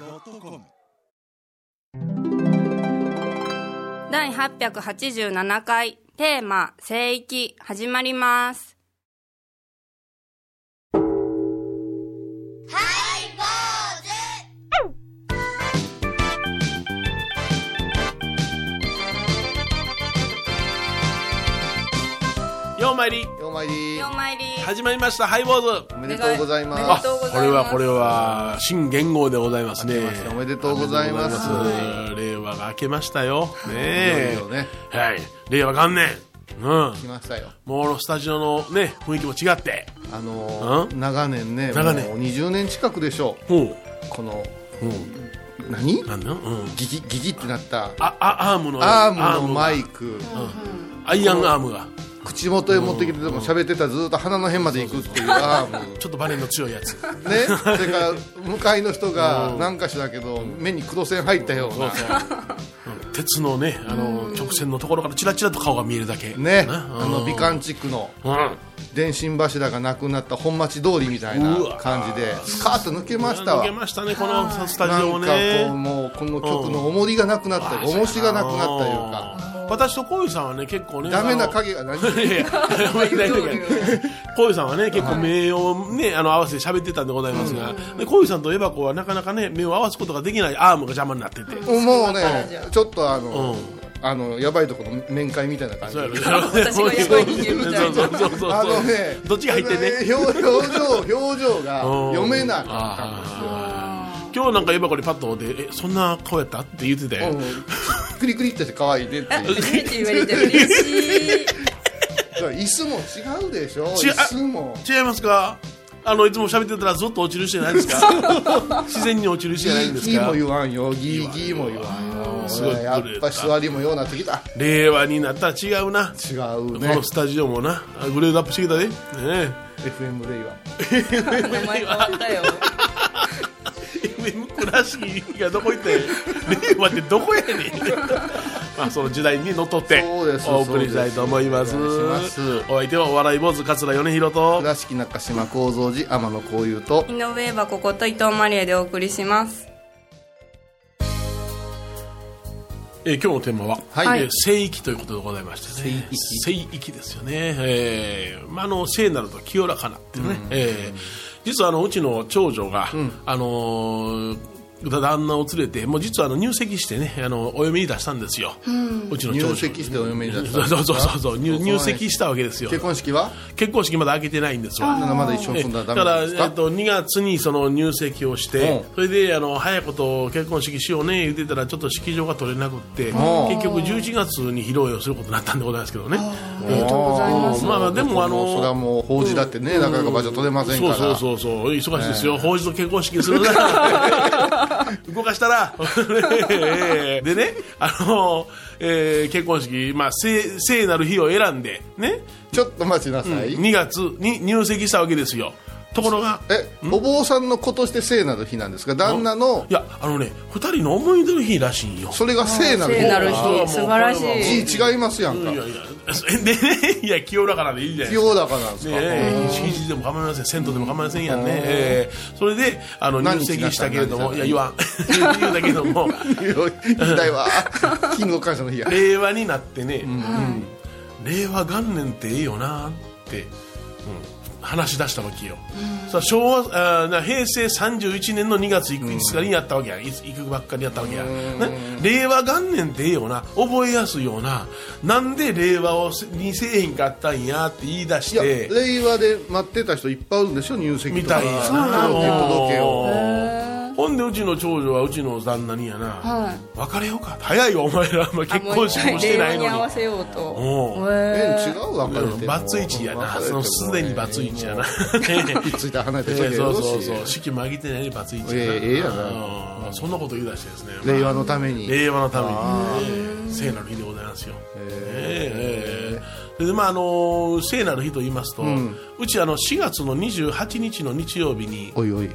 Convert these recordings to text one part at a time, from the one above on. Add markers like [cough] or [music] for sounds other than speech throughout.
yosmir.com 第887回テーマ「聖域」始まりますようまいりようまいりお参り始まりましたハイボーズおめでとうございおめまですとうございますこれはこれは新元号でございますね明けましておめでとうございますおめでとうございます令和が明けましたよねえいよいよねはい令和元年うん来ましたよもうスタジオのね雰囲気も違ってあのーう長年ね長年もう20年近くでしょほうこのううん何なんだうんギギギギってなったああアームのアームのがマイクアイアンアームが口元へ持ってきてでも喋ってたらずっと鼻の辺まで行くっていうアームちょっとバネの強いやつねそれから向かいの人が何かしらけど目に黒線入ったようなうん鉄のねあの直線のところからチラチラと顔が見えるだけねなうんあの美観地区のうん電信柱がなくなった本町通りみたいなうわ感じでスカーッと抜けました抜わけましたねこのスタなジオんもかねこうもうこの曲の重りがなくなったり重しがなくなったりいうかあー私とこういうさんはね結構ねダメあなの影が [laughs] 何いやいやごめんなさいこういうさんはね結構目をねあの合わせて喋ってたんでございますがでこういうさんとエバコはなかなかね目を合わすことができないアームが邪魔になっててもうねちょっとあうのあのやばいところの面会みたいな感じそうやろ [laughs] 私がエバ人間みたいなそうそうそうそうあのねどっちが入ってね [laughs] 表表情表情がうん読めなかったんですよ今日なんかエバコにパッとでえそんな顔やったって言ってたようんクリクリってして可愛いねっ [laughs] ていう初めて言われて [laughs] 嬉しいだから椅子も違うでしょ違う椅子も違いますかあのいつも喋ってたらずっと落ちる人じゃないです [laughs] か自然に落ちる人じゃないんですギーギーかも言わんよギーギーも言わんよすごいやっぱ座りもようなってきた令和になったら違うな違うこねのスタジオもなあグレードアップしてきたで、ねえ、 FM レイは名前変わったよ FM 倉敷がどこ行って令和ってどこやね [laughs] んまあその時代にのっとってそうですお送りしたいと思いますそうですお願いしますお相手はお笑い坊主桂米宏と倉敷中島幸三寺天野幸雄と井上はここと伊藤マリエでお送りしますえー今日のテーマは「はいえー聖域」ということでございましてね聖域ですよね、えーまあ、あの聖なると清らかなっていうね、えー実はあのうちの長女が、あのー旦那を連れてもう実はあの入籍してねあのお嫁に出したんですよ、うちの長女入籍してお嫁に出したんそうですかそうそうそう入入籍したわけですよ結婚式は結婚式まだ開けてないんですわなんならまだ一緒にえ住んだらだかダメら、なえんですっかと、2月にその入籍をして、うんそれであの早いこと結婚式しようね言ってたらちょっと式場が取れなくって、ん結局11月に披露宴をすることになったんでございますけどね、ありがとうございますまあまあでもあのそれはもう法事だってねなかなか場所取れませんかそうらそうそうそう忙しいですよ、法事と結婚式するな [laughs] ら動かしたらええでねあの、えー結婚式、まあ、聖聖なる日を選んでねちょっと待ちなさい2月に入籍したわけですよところがえお坊さんの子として聖なる日なんですか旦那のいやあのね2人の思い出の日らしいんよそれが聖なる聖なる日日素晴らしい字違いますやんかいやいや、でね、 [laughs] いや、清らかなんでいいじゃないですか。清らかなんですかええ、敷地でも構いません、銭湯でも構いませんやんね、ええそれであの入何日籍したけれども、何い日や、言わん、 [laughs] 言うだけども、行きたい [laughs] わ金の感謝の日や令和になってね、令和元年っていいよなって、うん、話し出したわけよ、さあ昭和あーな平成31年の2月いくいつかにやったわけやいつ行くばっかりやったわけや、ね、令和元年っていいよな覚えやすいよななんで令和をせにせえへんかったんやって言い出いしやて令和で待ってた人いっぱいおるんでしょ入籍みとたかいな届けをうんほんでうちの長女はうちの旦那にやな、別れようか早いよお前ら、まあ、結婚式もしてないの令和に合にわ。せようとうんえへ違う分かれてるバツイチやな、そのすでにバツイチや [laughs] な。えついた離れてえるそうそうそう、式も挙げてないのにバツイチやな。ええええやうんそんなこと言い出してですね、令和のために令和のために、ええ聖なる日でございますよ。ええええそれでまああの聖なる日と言いますと、うちあの4月の28日の日曜日においおい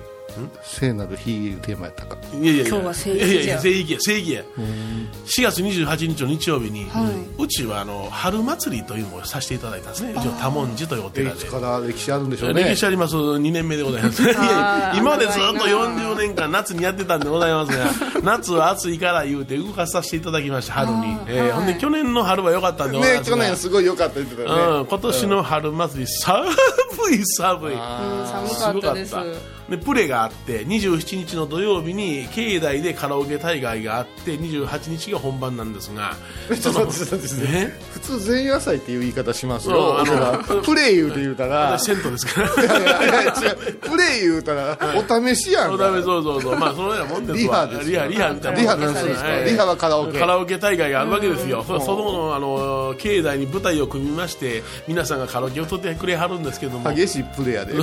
聖なる日いうテーマやったかいやいやいや今日は正義いじやゃんいやいや正義や正義や4月28日の日曜日に、はうちはあの春祭りというのをさせていただいたんですねうちの多文字というおい寺でつ。から歴史あるんでしょうね歴史あります2年目でござい [laughs] ますいやいや今までずっと40年間夏にやってたんでございますが夏は暑いから言うて動かさせていただきました春に、えーほんで去年の春は良かったんでございねます去が、年すごい良かった言ってたよねうん、今年の春祭り寒い寒いうん寒すかっごたかでっすたでプレがあって27日の土曜日に境内でカラオケ大会があって28日が本番なんですがちょっと待ってちょっと待ってね普通前夜祭っていう言い方しますそうよあの俺らプレイ言うて言うたら銭湯ですかいやらいやいや違うプレイ言うたらお試しやそんうだかめそうそうそうまあそのようなもんですリわハですリよハリハみたいなリハなんするんですはかいリハはカラオケカラオケ大会があるわけですよ、そそのあの境内に舞台を組みまして、皆さんがカラオケを取ってくれはるんですけども、 [laughs] 激しいプレイやで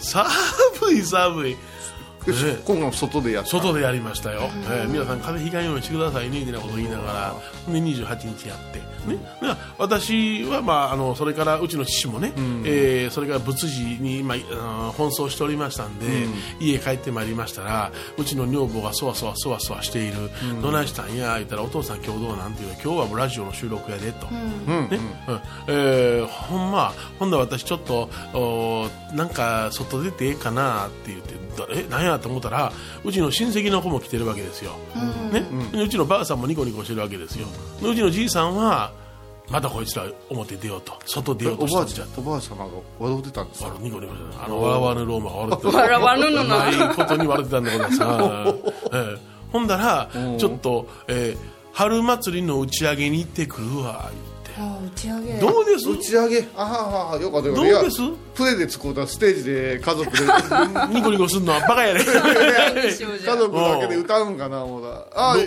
寒い寒い、今回も外でやった外でやりましたよ、えー皆さん風邪ひかんようにしてくださいねみたいなことを言いながらで28日やって、ね、だから私は、まあ、あのそれからうちの父もね、えーそれから仏事に今、あの奔走しておりましたんで、家帰ってまいりましたらうちの女房がそわそわそわそわしている、どないしたんや言ったらお父さん今日どうなんて言うから今日はもうラジオの収録やでと。ねうんえーほんま、ほんなら私ちょっとおーなんか外出てええかなって言ってだえなんやと思ったらうちの親戚の子も来てるわけですよ、ねでうちのばあさんもニコニコしてるわけですよでうちのじいさんはまたこいつら表出ようと外出ようおとしばあたんじちゃゃんおばあ様が笑うてたんですあよのニコニコしてるあの笑わぬローマが笑ってる笑わぬのなないことに笑ってたんだから [laughs] さ、ええほんだらちょっと、えー春祭りの打ち上げに行ってくるわ言あー打ち上げってどうです打ち上げああよかったよかったどうですいやプレイで使うたステージで [laughs] 家族でニコニコすんのはバカやね [laughs] 一緒じゃ家ん族だけで歌うんかな思うたああロ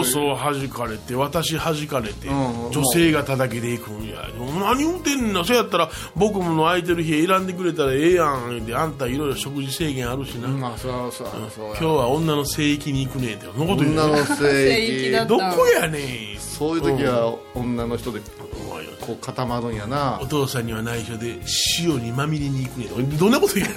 ーソをはじかれて私はじかれて、んうん女性が叩きでいくんや何言うてんのそうやったら僕もの空いてる日選んでくれたらええやんであんたいろいろ食事制限あるしな、まあそうそうそう今日は女の聖域に行くねんってそんなこと言う女の聖聖域だ域っどこやねんそういう時は女の人でこう固まるんやなお父さんには内緒で塩にまみれに行くねんとかどんなこと言う [laughs]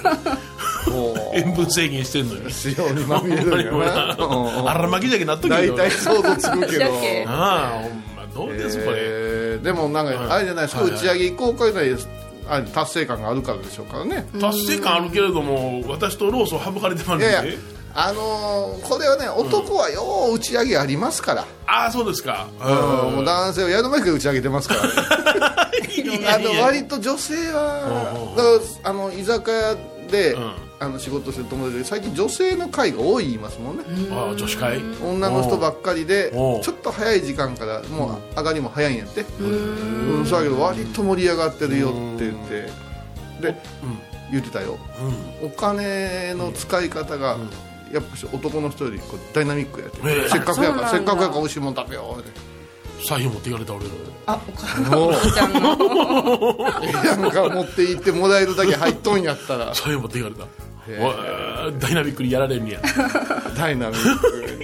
この塩分制限してんのにう塩にまみれる [laughs] んやなうんあらまきじゃけなっとけ大よ体想像つくけどだけああほんまどうですこれ、えーでもなんかあれじゃないですかはい打ち上げ行こうかいうのはあれ達成感があるからでしょうからね達成感あるけれども私とローソン省かれてまいるんやいでやあのーこれはね男はよう打ち上げありますからああそうですかうんもう男性はやる前から打ち上げてますからねあの割と女性はだからあの居酒屋で、んあの仕事してる友達で最近女性の会が多い言いますもんねああ女子会女の人ばっかりでちおうょっと早い時間からもう上がりも早いんやってうんそうやけど割と盛り上がってるよって言ってで言ってたよお金の使い方がやっぱし男の人よりこうダイナミックやってええせっかくやかあらそうせなんだっかくやから美味しいもん食べようって財布持っていかれた俺あお母ちゃんのなんか持って行ってもらえるだけ入っとんやっ [laughs] たら財布持っていかれたへえおいダイナミックにやられんねやダイナミックもう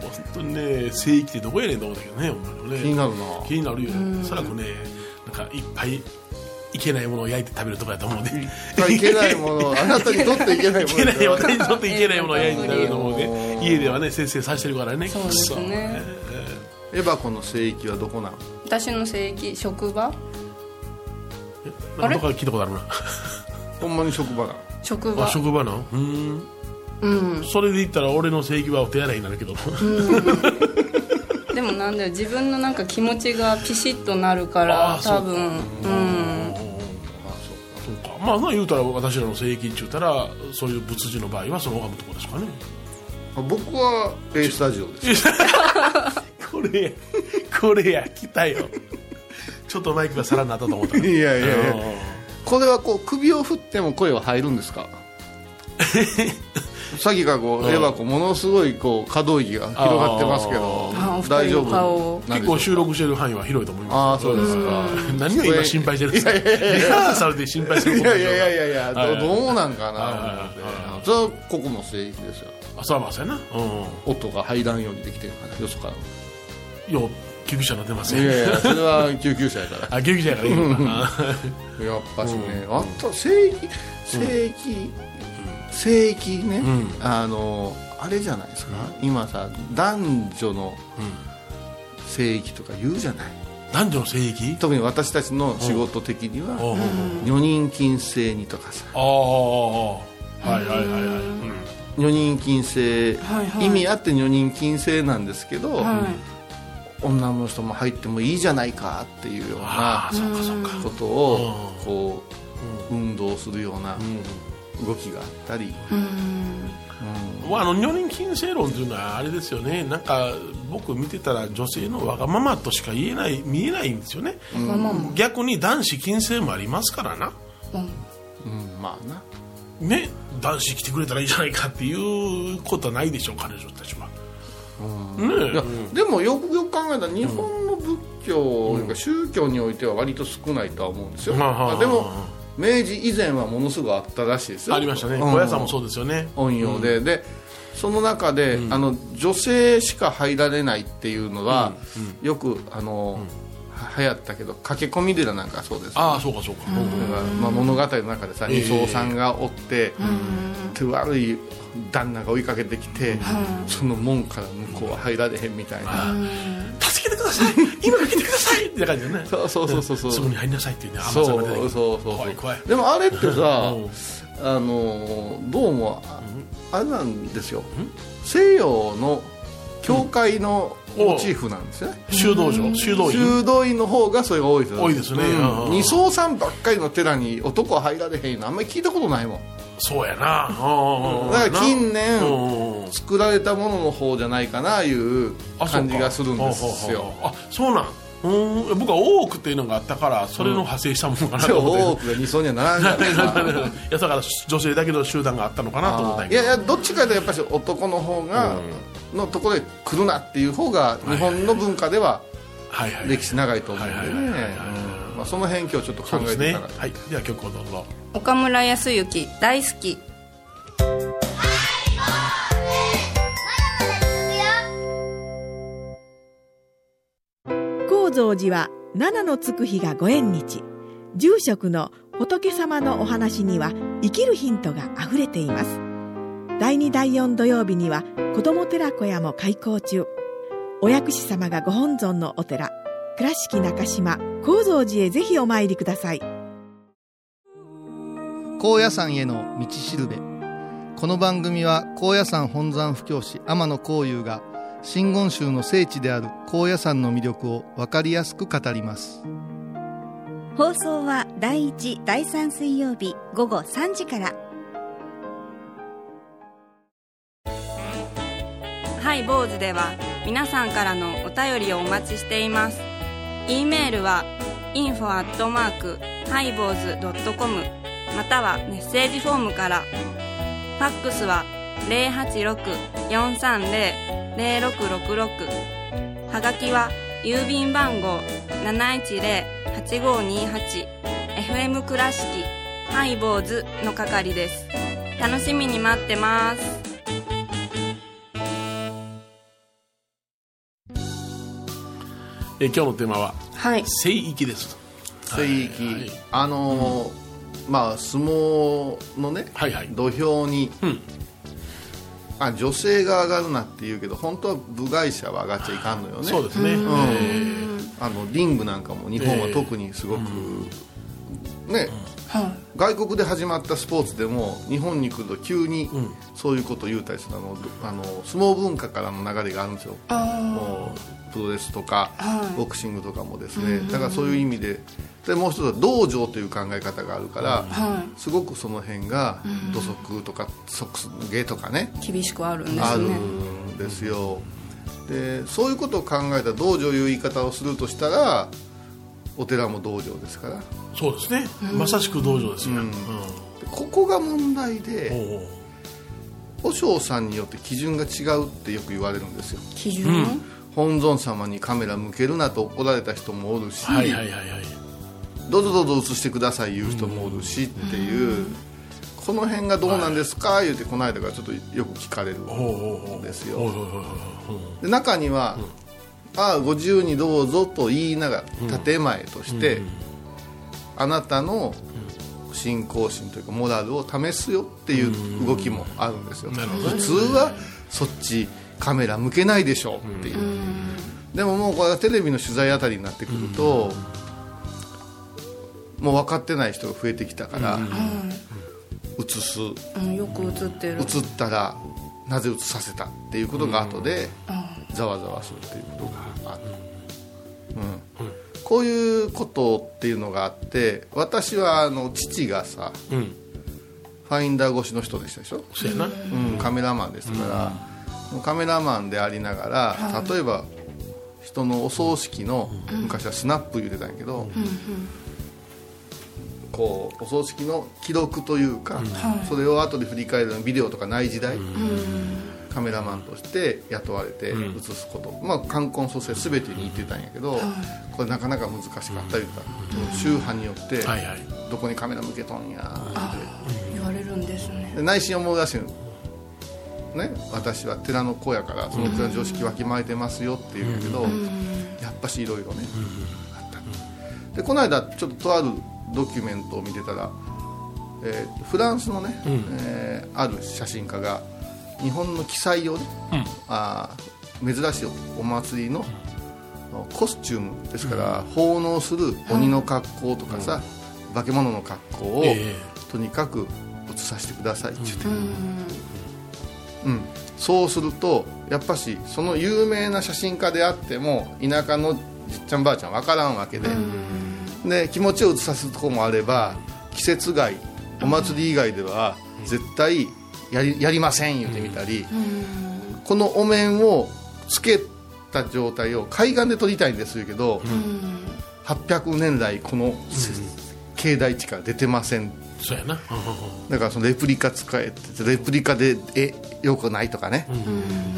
本当にね正義ってどこやねんと思ったけどねほんまにね気になる気になるよおそらくねなんかいっぱいいけないものを焼いて食べるとこやと思うねないけないものあなたにとっていけない [laughs] もいのけないだから私にとっていけないものを焼いて食べると思うね家ではね先生さしてるからねそうですねエバコの聖域はどこなの私の聖域職場くそなんか聞いたことあるなほんまに職場なの職あ場職場のうんうんそれで言ったら俺の正義はお手洗いになるけどでもなんだよ自分のなんか気持ちがピシッとなるかあらー多分うんそうかまあな言うたら私らの聖域っちゅうたらそういう仏事の場合はその拝むとこですかねあ僕は A スタジオですこれやこれや来たよちょっとマイクがさらになったと [laughs] 思ったねいやいやいやうんこれはこう首を振っても声は入る [laughs] んですかさっきからこう、エヴァこうものすごいこう可動域が広がってますけどあーあーお二人の大丈夫顔をなん結でしょ構う収録してる範囲は広いと思いあまあすそうですかうん何を今心配してるんですかリハーサルで心配してるいことやでいしょやういかやいやいやはいどはいどうなんはかないはいはいはそれはここも聖域ですよあそうはまさやなう音が入らんようにできてるからよそからんよう救急車乗ってますいねやいやそれは救急車やか [laughs] らあ救急車やからいいのかなやっぱしね、あと聖域聖域、聖域ね、あのあれじゃないですか、今さ男女の聖域とか言うじゃない男女の聖域特に私たちの仕事的にああは女人禁制にとかさああはいはいはいはいうん女人禁制、はいはい意味あって女人禁制なんですけど、はい女の人も入ってもいいじゃないかっていうようああなそっかそっかことをこう運動するような動きがあったり、まああの女人禁制論というのはあれですよねなんか僕見てたら女性のわがままとしか言えない見えないんですよね、まあまあま逆に男子禁制もありますからなあうんまあなね男子来てくれたらいいじゃないかっていうことはないでしょう彼女たちは、いやでもよくよく考えたら日本の仏教というか宗教においては割と少ないとは思うんですよ、うんまあでも明治以前はものすごいあったらしいですよありましたねうん小屋さんもそうですよね、音用で、でその中で、あの女性しか入られないっていうのは、よくあの、は流行ったけど駆け込み寺なんかそうですああそうかそうか、だからまあ、物語の中でさええ二層さんがおって、手悪い旦那が追いかけてきて、その門から向こうは入られへんみたいな、助けてください今来てくださいって感じでねそうそうそうそうそうすぐに入りなさいっていうねそうさんそが出てきてうそうそう怖い怖いでもあれってさ、あのどうもああれなんですよ西洋の教会うのんモチーフなんですよね修道場修道院修道院の方がそれが多いですよ多いですねうんうん二層さんばっかりの寺に男は入られへんのあんまり聞いたことないもんそうやなうんうんうんだから近う年んうんうん作られたものの方じゃないかないうあそうか感じがするんですほうよほうほうあそうなんうん僕は大奥っていうのがあったからそれの派生したものかなと [laughs] 思って、多くが二層にはならんからさいやだから女性だけの集団があったのかなと思ったんやいけどやいやどっちかでやっぱり男の方が、のところで来るなっていう方が日本の文化でははいはい歴史長いと思うんではいねはいはいはいうんまあその辺今日ちょっとそ考うでえすてねいたら、はいでは曲をどうぞ岡村康之大好き高蔵寺は七のつく日がご縁日住職の仏様のお話には生きるヒントがあふれています第2第4土曜日には子ども寺小屋も開校中お薬師様がご本尊のお寺倉敷中島・高蔵寺へぜひお参りください高野山への道しるべこの番組は高野山本山布教師天野幸雄が真言宗の聖地である高野山の魅力を分かりやすく語ります放送は第1、第3水曜日午後3時から。ハイ坊主では皆さんからのお便りをお待ちしています。e メールは info アットマークハイ坊主ドットコムまたはメッセージフォームから。ファックスは086-430-0666はがきは郵便番号710-8528 FM 倉敷ハイ坊主の係です。楽しみに待ってます。えー今日のテーマははい「聖域」です聖域、はいあのーまあ相撲のね、はいはい土俵に、んあ女性が上がるなって言うけど本当は部外者は上がっちゃいかんのよねそうですね、んえあのリングなんかも日本は特にすごく、ね、外国で始まったスポーツでも日本に来ると急にそういうことを言うたりするあのあの相撲文化からの流れがあるんですよもうプロレスとかボクシングとかもですね、だからそういう意味ででもう一つは道場という考え方があるから、すごくその辺が土足とかソックス芸とかね、厳しくあるんであするね。んですよ、でそういうことを考えた道場いう言い方をするとしたらお寺も道場ですからでーそうですねまさしく道場ですよ、うんここが問題おでうおう和尚さんによって基準が違うってよく言われるんですよ基準の本尊様にカメラ向けるなと怒られた人もおるし、はいはいはいはいどうぞどうぞ映してください言う人もおるしっていう、この辺がどうなんですか、言うてこの間からちょっとよく聞かれるおうおうおうですよおうおうおうおうで中には、ああご自由にどうぞと言いながら建前として、あなたの信仰心というかモラルを試すよっていう動きもあるんですよなるほど普通はそっちカメラ向けないでしょうっていうでももうこれはテレビの取材あたりになってくるともう分かってない人が増えてきたから映すうん、よく映ってる映ったらなぜ映させたっていうことが後でざわざわするっていうことがある、うんこういうことっていうのがあって私はあの父がさうんファインダー越しの人でしたでしょ、そうやなうん、カメラマンですから、カメラマンでありながら、例えば人のお葬式の、昔はスナップ言うてたんやけど、こうお葬式の記録というか、それを後で振り返るビデオとかない時代、カメラマンとして雇われて映すこと、まあ冠婚葬祭全てに行ってたんやけど、これなかなか難しかったりとか、宗派によって、はいはいどこにカメラ向けとんやって。言われるんですねで内心思い出してるね、私は寺の子やからその寺の常識わきまえてますよって言うんやけど、やっぱしいろいろね、あったでこの間ちょっととあるドキュメントを見てたら、えーフランスのね、えーある写真家が日本の記載をね、あー珍しいお祭りのコスチュームですから、奉納する鬼の格好とかさ、化け物の格好を、えとにかく移させてくださいって言って、うんそうするとやっぱしその有名な写真家であっても田舎のじっちゃんばあちゃん分からんわけで,、で気持ちを移させるとこもあれば季節外お祭り以外では絶対やりやりません言ってみたり、このお面をつけた状態を海岸で撮りたいんです言うけど、800年来この境内地から出てませんえそうやなだからそのレプリカ使えってレプリカでえよくないとかね、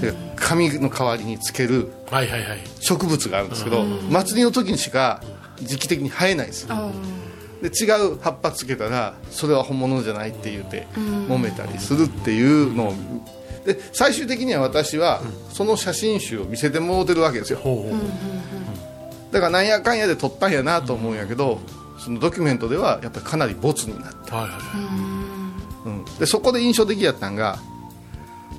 で紙の代わりにつけるはいはいはい植物があるんですけど、祭りの時にしか時期的に生えないです、で違う葉っぱつけたらそれは本物じゃないって言うて揉めたりするっていうのをで最終的には私はその写真集を見せてもろてるわけですよほうほうだからなんやかんやで撮ったんやなと思うんやけどそのドキュメントではやっぱりかなりボツになったはいはいはうんでそこで印象的やったんが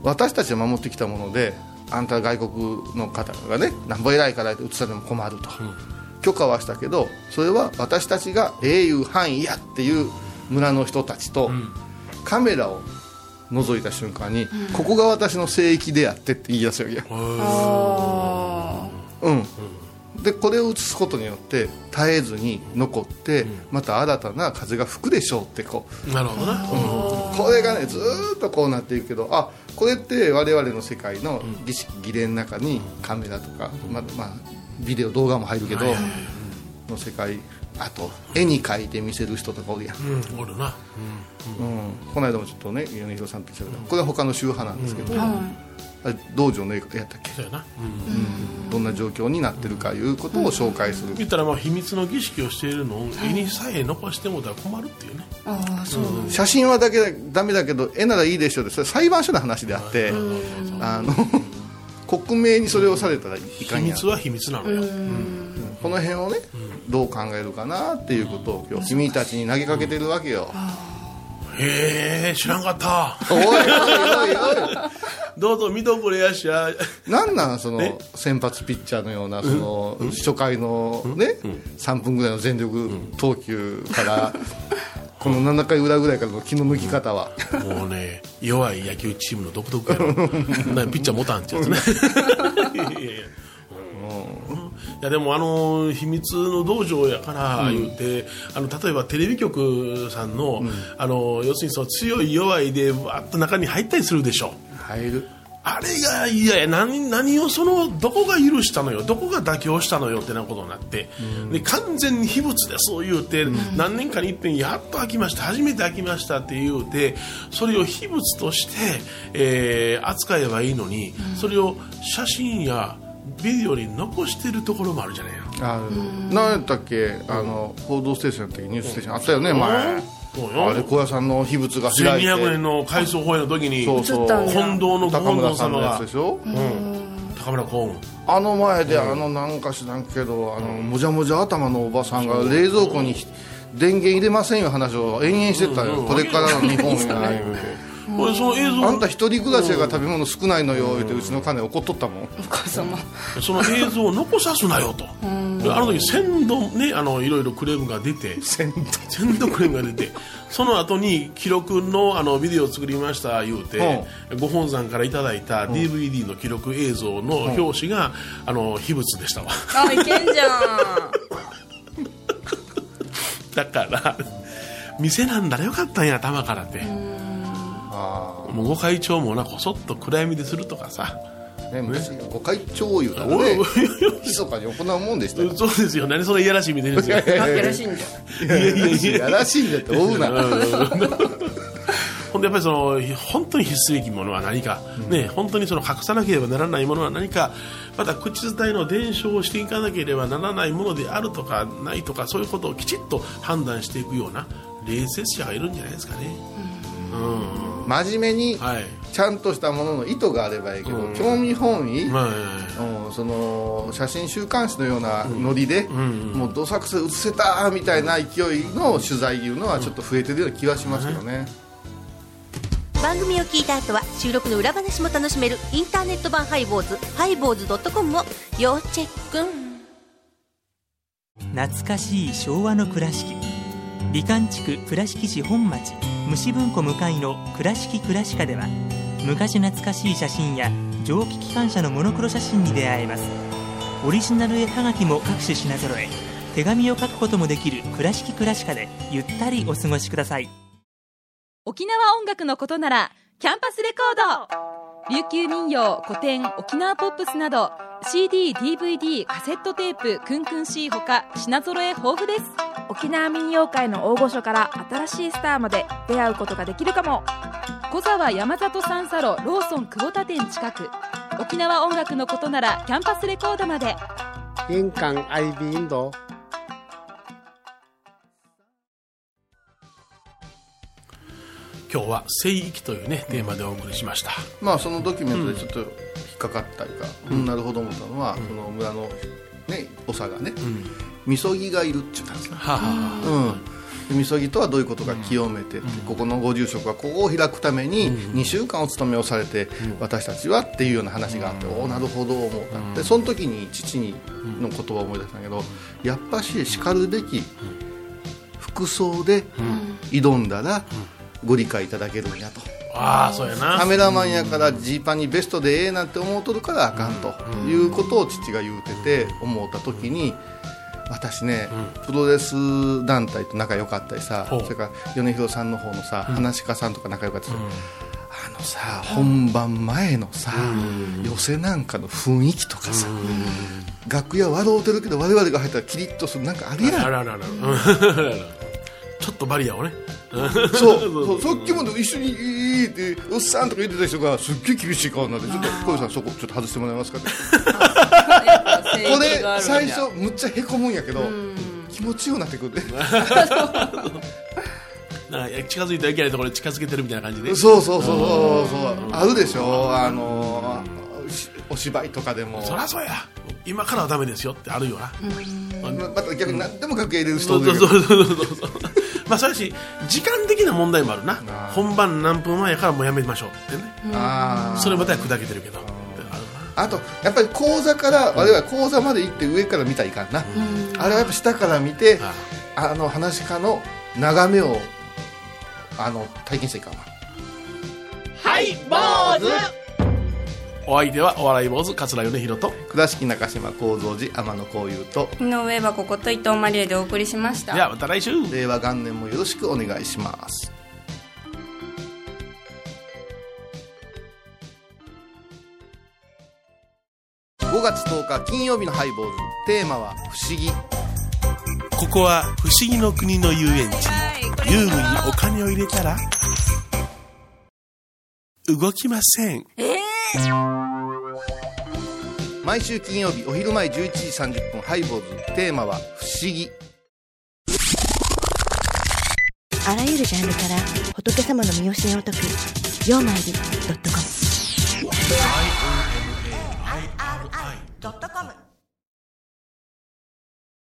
私たちが守ってきたものであんた外国の方がねなんぼ偉いからって移されても困ると、許可はしたけどそれは私たちが英雄範囲やっていう村の人たちと、カメラを覗いた瞬間に、ここが私の聖域でやってって言い出すわけや、あうんでこれを移すことによって絶えずに残って、また新たな風が吹くでしょうってこういなるほどなこれがねずーっとこうなっていくけどあこれって我々の世界の儀式儀礼の中にカメラとか、ままあ、ビデオ動画も入るけど、の世界あと絵に描いて見せる人とかおるやん、うんうんおるなうんこの間もちょっとね米広さんと一緒だけどこれは他の宗派なんですけど、あれ道場の絵やったっけそうやなどんな状況になってるかいうことを紹介する、言ったらまあ秘密の儀式をしているのを絵にさえ残してもたら困るっていうねあああそうなんだ写真はだけだダメだけど絵ならいいでしょうってそれ裁判所の話であって、あの [laughs] 克明にそれをされたらいか秘んやん密は秘密なのよこの辺をね、どう考えるかなっていうことを今日君たちに投げかけてるわけよ、へえ知らんかったおいおいおいおい [laughs] どうぞ見どころやしゃなんなんその先発ピッチャーのようなその初回のね3分ぐらいの全力投球からこの7回裏ぐらいからの気の抜き方はもうね弱い野球チームの独特やろなピッチャー持たんってやつねい [laughs] やいやいやいやでもあの秘密の道場やから言って、あの例えばテレビ局さんの,、あの要するにその強い弱いでわっと中に入ったりするでしょ [laughs] 入るあれがいやいや何何をそのどこが許したのよどこが妥協したのよってなことになって、で完全に秘仏でそう言うて、何年かに一遍やっと飽きました初めて飽きましたって言うてそれを秘仏として、えー扱えばいいのに、それを写真やビデオに残してるところもあるじゃないのあ何やったっけあの「報道ステーション」の時ニュースステーションあったよね前そうよあれ小屋さんの秘仏が開い1200て年の改装法演の時にそう映そうったんだ近藤のご高本村尊さんの様やがつでしょ高村光雲あの前であのなんか知らんけどあのもじゃもじゃ頭のおばさんが冷蔵庫にひ電源入れませんよ話を延々してたよ、うんこれからの日本やなうんこれその映像あんた一人暮らしやから食べ物少ないのよ言ってうちの家内怒っとったもんお母様その映像を残さすなよと、であの時鮮度ねあのいろいろクレームが出て鮮度クレームが出てその後に記録のあのビデオを作りました言うて、ご本山からいただいた DVD の記録映像の表紙が、あの秘仏でしたわ [laughs] あいけんじゃんだから店なんだらよかったんや頭からってあもうご会長もなこそっと暗闇でするとかさあね昔ご会長言うたらおいねおいおい密かに行うもんでしたそうよですよ何それいやらしいみたいですよいあよろしいんじゃやいやいややらしいんだって追うなほんでやっぱりその本当に必須べきものは何か、ね、本当にその隠さなければならないものは何かまた口伝えの伝承をしていかなければならないものであるとかないとかそういうことをきちっと判断していくような礼節者がいるんじゃないですかね。うん真面目にはいちゃんとしたものの意図があればいいけど、興味本位、まあうんその写真週刊誌のようなノリで、もうどさくさ映せたみたいな勢いの取材いうのはちょっと増えてるような気はしますけどね、番組を聞いた後は収録の裏話も楽しめるインターネット版ハイボーズハイボーズドットコムを要チェック懐かしい昭和の倉敷美観地区倉敷市本町虫文庫向かいの「倉敷倉歯科」では昔懐かしい写真や蒸気機関車のモノクロ写真に出会えますオリジナル絵はがきも各種品揃え手紙を書くこともできる「倉敷倉歯科」でゆったりお過ごしください沖縄音楽のことならキャンパスレコード琉球民謡古典沖縄ポップスなど CDDVD カセットテープクンクン C ほか品揃え豊富です沖縄民謡界の大御所から新しいスターまで出会うことができるかも小沢山里三佐路ローソン久保田店近く沖縄音楽のことならキャンパスレコードまで印港 I ビンド今日は「聖域」というねテーマでお送りしました。まあそのドキュメントでちょっと引っかかったりか、うんなるほど思ったのは、その村のね長がね、みそぎがいるって言ったんですよ、はあはうん、みそぎとはどういうことか清めて、ここのご住職はここを開くために2週間お勤めをされて、私たちはっていうような話があって、おおなるほど思った、でその時に父にの言葉を思い出したんだけど、やっぱししかるべき服装で挑んだらご理解いただけるんやと。ああーそうやなカメラマンやからジーパンにベストでええなんて思うとるからあかんということを父が言うてて思った時に私ねプロレス団体と仲良かったりさほうそれから米広さんの方のさ話し家さんとか仲良かったりするあのさ本番前のさ寄せなんかの雰囲気とかさ楽屋笑うてるけど我々が入ったらキリッとするなんかあるやんあらあらあらうん [laughs] ちょっとバリアをね [laughs] そうそうさっきまで一緒にいいっておっさんとか言ってた人がすっげえ厳しい顔になってちょっと小遊さんそこちょっと外してもらえます [laughs] かってこれ最初むっちゃへこむんやけど気持ちようなってくるね [laughs] なんか近づいてはいけないところに近づけてるみたいな感じでそうそうそうそうそう合うでしょあのーしお芝居とかでもそりゃそうや今からはダメですよってあるよな、ままた逆に何でも楽屋入れるそ人おうるそけうどそうそうそうそうまあそれし時間的な問題もあるなあー本番何分前やからもうやめましょうってねあーそれまた砕けてるけどってあるあとやっぱり講座から我々は講座まで行って上から見たらいかんな、あれはやっぱ下から見てああの話し家の眺めをあの体験していかんわなお相手はお笑い坊主桂米宏と倉敷中島幸三寺天野幸雄と井上はここと伊藤マリエでお送りしましたじゃあまた来週令和元年もよろしくお願いします5月10日金曜日のハイボールテーマは「不思議」ここは不思議の国の遊園地遊具にお金を入れたら動きません毎週金曜日お昼前11時30分ハイボーズテーマは「不思議」あらゆるジャンルから仏様の身教えを解く「曜マイルドットコム」